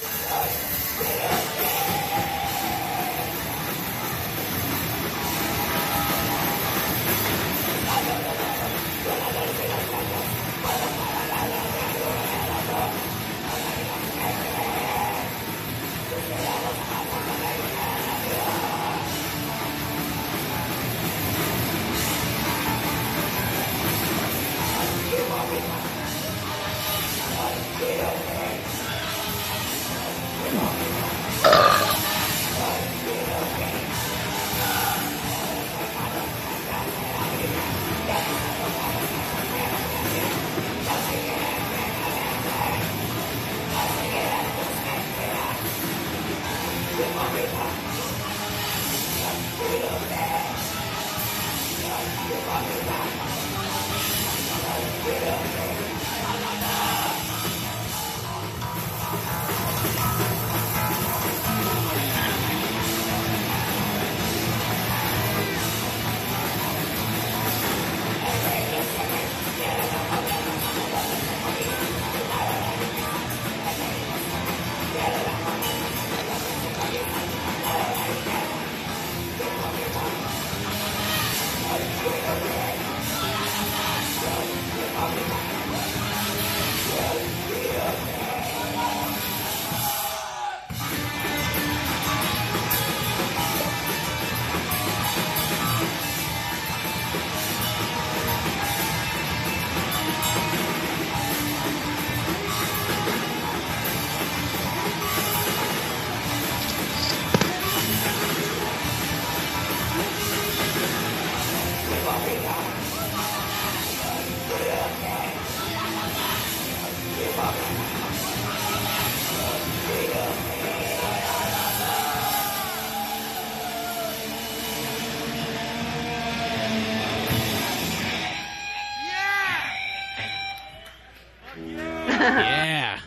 Yeah.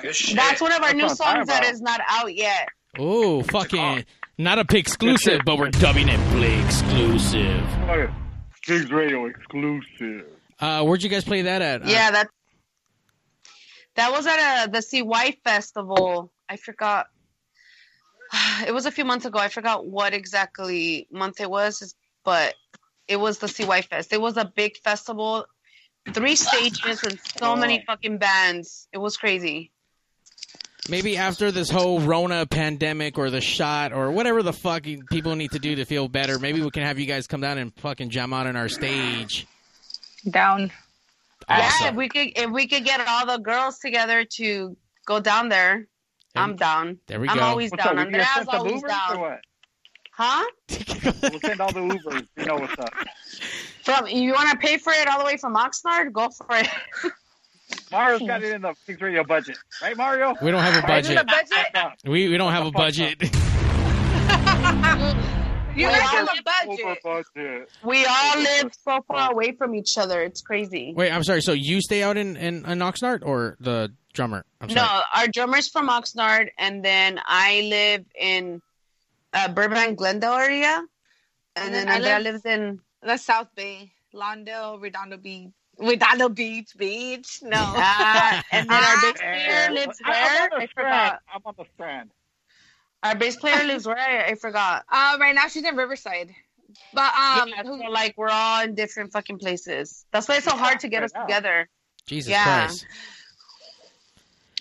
Good shit. That's one of our That's new what I'm songs that talking is not out yet. Oh, fucking not a pig exclusive, but we're dubbing it play exclusive. Kings Radio exclusive. Uh, where'd you guys play that at? Uh, yeah, that that was at a, the CY festival. I forgot. It was a few months ago. I forgot what exactly month it was, but it was the CY Fest. It was a big festival, three stages and so many Oh. fucking bands. It was crazy. Maybe after this whole Rona pandemic or the shot or whatever the fuck you- people need to do to feel better, maybe we can have you guys come down and fucking jam out on our stage. Down. Yeah, if we could if we could get all the girls together to go down there, I'm down. There we I'm go. always What's up? down. We gonna Andrea's send some always Ubers or down. what? Huh? We'll send all the Ubers. You know what's up. From you want to pay for it all the way from Oxnard? Go for it. Mario's got it in the Kings Radio budget, right, Mario? We don't have a Right, in budget. budget? the- We we don't have a budget. You Well, guys I have a was Over budget. budget. We all live so far away from each other. It's crazy. Wait, I'm sorry. So you stay out in in, in Oxnard or the drummer? I'm sorry. No, our drummer's from Oxnard, and then I live in uh, Burbank, Glendale area, and, And then, then I Andrea live- lives in the South Bay, Lawndale, Redondo Beach. Redondo Beach, beach. No, Yeah, uh, and then our big Yeah. player lives I- I'm on where? the I strand. forgot. I'm on the strand. Our bass player lives where? I, I forgot. Uh, right now she's in Riverside, but um, Yeah, so, like we're all in different fucking places. That's why it's so hard to get us together. Jesus Yeah. Christ.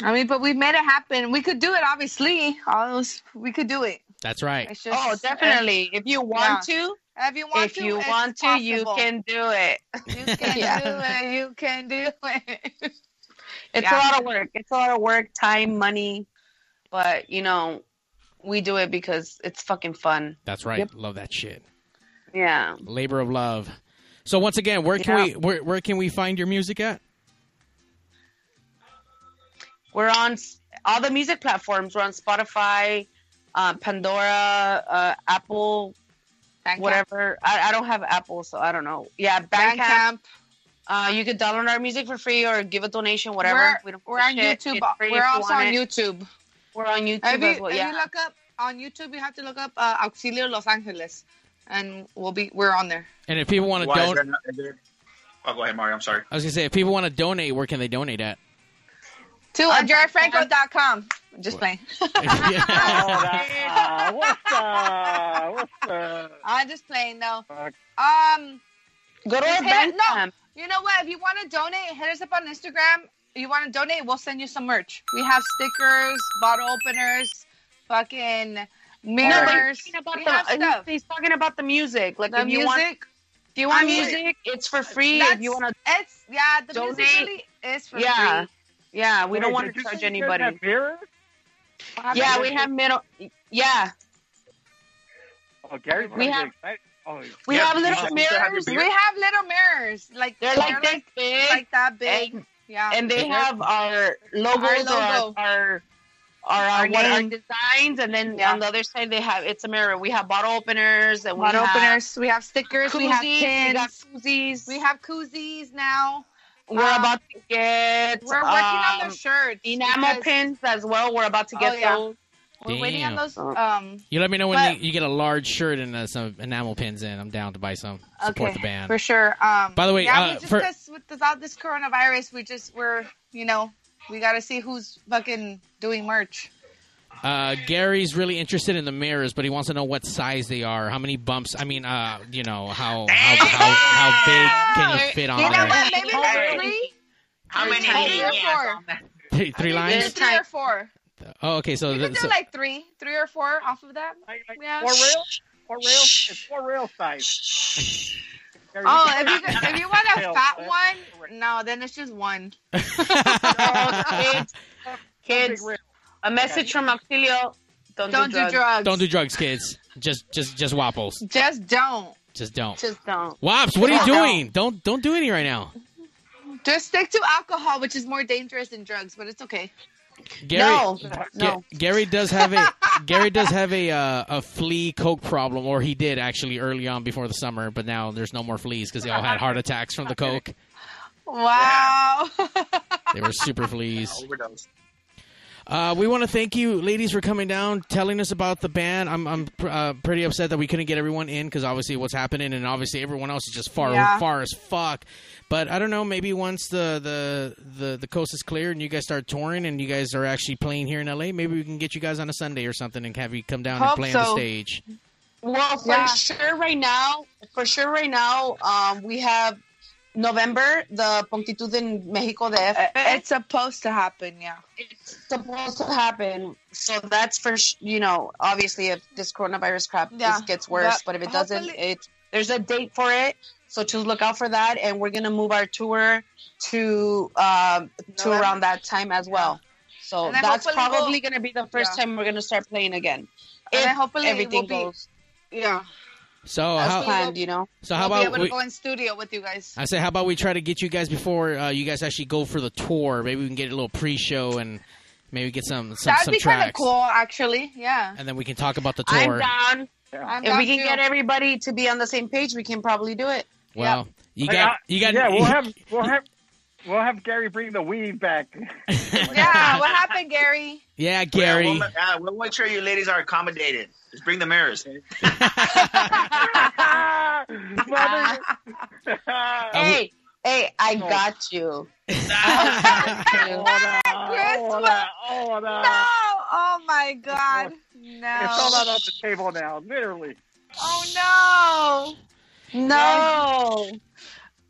I mean, but we've made it happen. We could do it, obviously. All those, we could do it. That's right. It's just, Oh, definitely. If you want to, if you want if to, you it's want to, you possible. can do it. You can do it. You can do it. It's Yeah. a lot of work. It's a lot of work, time, money, but you know, we do it because it's fucking fun. That's right. Yep. Love that shit. Yeah. Labor of love. So once again, where can Yeah. we where, where can we find your music at? We're on s- all the music platforms. We're on Spotify, uh, Pandora, uh, Apple, whatever. I, I don't have Apple, so I don't know. Yeah, Bandcamp. Uh, you could download our music for free or give a donation, whatever. We're, we don't give we're a on shit. YouTube. It's free if We're you also on want it. YouTube. We're on YouTube If you, as well. if Yeah. you look up on YouTube, you have to look up uh, Auxilio Los Angeles, and we'll be we're on there. And if people want to Why is there donate, not- is there- Oh, go ahead, Mario. I'm sorry. I was gonna say if people want to donate, where can they donate at? To uh, jaredfranco.com. Just playing. Oh, Oh, Ah, what's uh, what's uh, I'm just playing. No. Fuck. Um. Go to our just hit- Bandcamp. No. You know what? If you want to donate, hit us up on Instagram. You want to donate? We'll send you some merch. We have stickers, bottle openers, fucking No, but mirrors. he's talking about we the- have stuff. he's talking about the music. Like The if you want, music? if you want I mean, music, it's for free. If you want to, it's yeah. The music donate- really is for yeah, free. yeah, we don't Wait, want did to you charge say you guys anybody. have mirrors? yeah, we have middle. Yeah, Oh, Gary's We gonna have- Be excited. Oh, we yeah, have you little said- you said have mirrors. your We have little mirrors. Like They're like this big, like that big. yeah. and they have our logos logo. or our our, our, Our what, our name. designs, and then Yeah. on the other side they have it's a mirror. We have bottle openers and Bottle we have openers. We have stickers. Koozies, we have we got pins. koozies. We have koozies now. We're um, about to get. We're working on um, the shirts. enamel because pins as well. We're about to Oh, get yeah. those. We're waiting on Damn. those. Um, You let me know when But- you, you get a large shirt and uh, some enamel pins in. I'm down to buy some. Support okay, the band. for sure. Um, By the way, yeah, uh, we just for- 'cause with this, all this coronavirus, we just we're you know we got to see who's fucking doing merch. Uh, Gary's really interested in the mirrors, but he wants to know what size they are, how many bumps. I mean, uh, you know how how how, how big can you fit on You know there? what? Maybe there's three, How many? three or four. Three, three Maybe lines. three or four. Oh, okay. So, You the, could do so like three, three or four off of that. Yeah. Four rail, four rail, it's four rail size. Gary, you Oh, can- if you could- if you want a Rail, fat that's one, no, then it's just one. kids, kids, rail. a message from Auxilio. Don't, Don't do drugs. don't do drugs, kids. Just just just wapples. Just don't. Just don't. Just don't. Wops, what are you Just don't. doing? Don't don't do any right now. Just stick to alcohol, which is more dangerous than drugs, but it's okay. Gary, No. Ga- No. Gary does have a Gary does have a uh, a flea coke problem, or he did actually early on before the summer, but now there's no more fleas because they all had heart attacks from the coke. Wow. They were super fleas. Overdose. Uh, we want to thank you, ladies, for coming down, telling us about the band. I'm I'm pr- uh, pretty upset that we couldn't get everyone in because obviously what's happening, and obviously everyone else is just far Yeah. far as fuck. But I don't know. Maybe once the, the the the coast is clear and you guys start touring and you guys are actually playing here in LA, maybe we can get you guys on a Sunday or something and have you come down and Hope play on the so. stage. Well, for Yeah. sure, right now, for sure, right now, um, we have November, the Pontitud in Mexico Eh, de F. it's supposed to happen, yeah. It's supposed to happen. So that's for, sh- you know, obviously, if this coronavirus crap Yeah. just gets worse, But but if it doesn't, hopefully- it there's a date for it. So to look out for that, and we're gonna move our tour to um, to November. around that time as well. So And then that's hopefully probably we'll- gonna be the first Yeah. time we're gonna start playing again. And then If hopefully we'll everything be- goes Yeah. So as how fine. planned, you know. so how we'll about be able we, to go in studio with you guys. I say how about we try to get you guys before uh, you guys actually go for the tour. Maybe we can get a little pre-show and maybe get some some, That'd some be kind of tracks, cool, actually. Yeah. and then we can talk about the I'm tour. down. I'm If down we can too. get everybody to be on the same page, we can probably do it. Well, you Hey, got I- you got E Yeah, we'll have we'll have we'll have Gary bring the weed back. Yeah. What happened, Gary? Yeah, Yeah, Gary. we'll, uh, we'll make sure you ladies are accommodated. Just bring the mirrors. brother. hey, hey, I got you. Christmas. no. Oh my God. No. It's all out on the table now, literally. Oh no. No.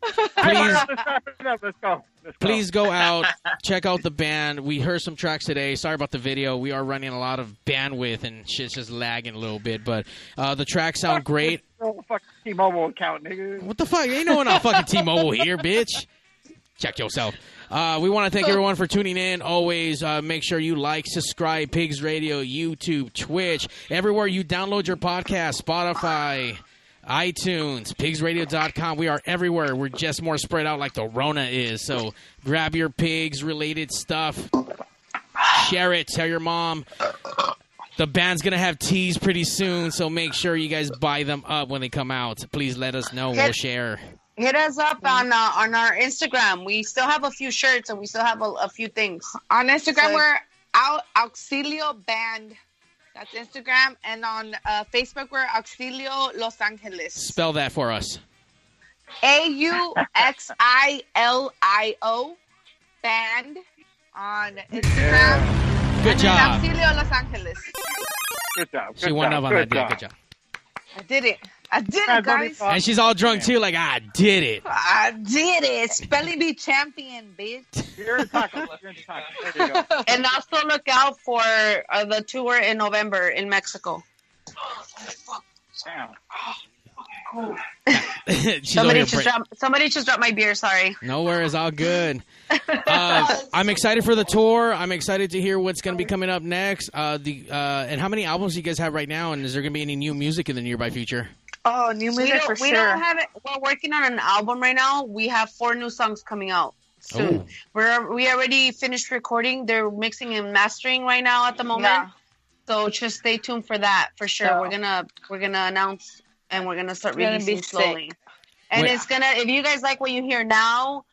Please, Let's wrap it up. Let's go. Let's go. please go out, check out the band. We heard some tracks today. Sorry about the video. We are running a lot of bandwidth and shit's just lagging a little bit, but uh, the tracks sound great. Throw a fucking T-Mobile account, nigga. What the fuck? Ain't no one on fucking T-Mobile here, bitch. Check yourself. Uh, we want to thank everyone for tuning in. Always uh, make sure you like, subscribe, Pigs Radio, YouTube, Twitch, everywhere you download your podcast, Spotify, iTunes, pigsradio.com. We are everywhere. We're just more spread out like the Rona is. So grab your pigs related stuff, share it, tell your mom. The band's going to have tees pretty soon, so make sure you guys buy them up when they come out. Please let us know. We'll share. Hit us up on uh, on our Instagram. We still have a few shirts and we still have a, a few things On Instagram, we're out Auxilio Band. That's Instagram. And on uh, Facebook, we're Auxilio Los Angeles. Spell that for us. A U X I L I O Band on Instagram. Good And job. Auxilio Los Angeles. Good job. She won up on that day. Good job. I did it. I did it, guys. And she's all drunk too, like I did it. I did it. Spelling bee champion, bitch. You're in taco. You're in taco. There you go. and also look out for uh, the tour in November in Mexico. Damn. She's somebody over here just break- dropped, somebody just dropped my beer. Sorry. No worries, all good. Uh, I'm excited for the tour. I'm excited to hear what's going to be coming up next. Uh, the uh, and how many albums do you guys have right now? And is there going to be any new music in the nearby future? Oh, new we music don't, for we sure. don't have it. We're working on an album right now. We have four new songs coming out soon. Oh. We're we already finished recording. They're mixing and mastering right now at the moment. Yeah. So just stay tuned for that for sure. Yeah. We're gonna we're gonna announce and we're gonna start We're gonna releasing be sick. slowly. And Wait. it's gonna if you guys like what you hear now,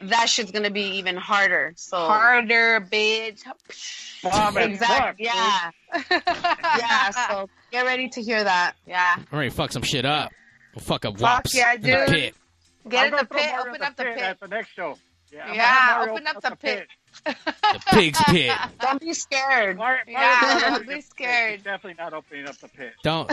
that shit's gonna be even harder. So Oh. Harder, bitch. Mom and fuck, exactly, yeah, yeah. So get ready to hear that. Yeah. I'm ready to fuck some shit up. We'll fuck up wops yeah, in the dude. pit. Get I'm in gonna the throw pit. Mario in Open up the pit. At the next show. I'm gonna Yeah, have Mario open up the pit. The pig's pit. Don't be scared. Mario, Mario Yeah, opening don't up be the pit. scared. He's definitely not opening up the pit. Don't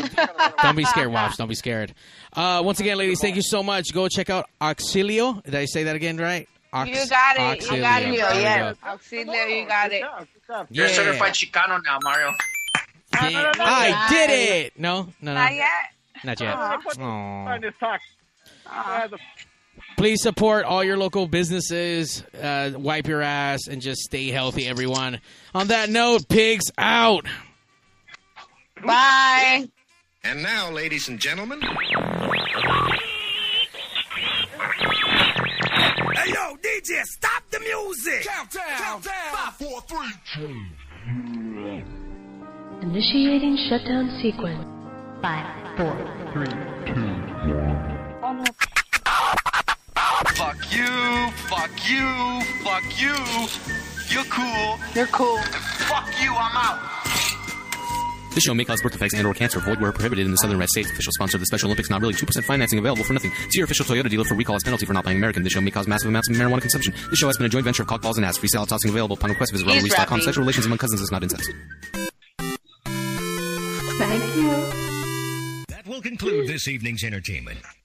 don't be scared, wops. Don't be scared. Uh, once again, ladies, thank you so much. Go check out Auxilio. Did I say that again right? Ox- You got it. You got Auxilio. There it. we Yeah. go. Auxilio, you got Good it. job, good job. Ah, You're Yeah. certified Chicano now, Mario. Yeah. I did it. No, no, Not no, yet. not yet. I'm gonna put- Aw. sign this talk. Yeah, the- Please support all your local businesses. Uh, wipe your ass and just stay healthy, everyone. On that note, pigs out. Bye. And now, ladies and gentlemen. Hey yo, DJ, stop the music! Countdown! Countdown! Five, four, three, two. Initiating shutdown sequence. Five, four, three, Fuck you, fuck you, fuck you. You're cool. You're cool. Fuck you, I'm out. This show may cause birth defects and/or cancer. Void where prohibited in the Southern Red States. Official sponsor of the Special Olympics. Not really. Two percent financing available for nothing. See your official Toyota dealer for recall as penalty for not buying American. This show may cause massive amounts of marijuana consumption. This show has been a joint venture of cockballs and ass. Free salad tossing available upon request. Visit He's robberies.com. rapping. Sexual relations among cousins is not incest. Thank you. That will conclude this evening's entertainment.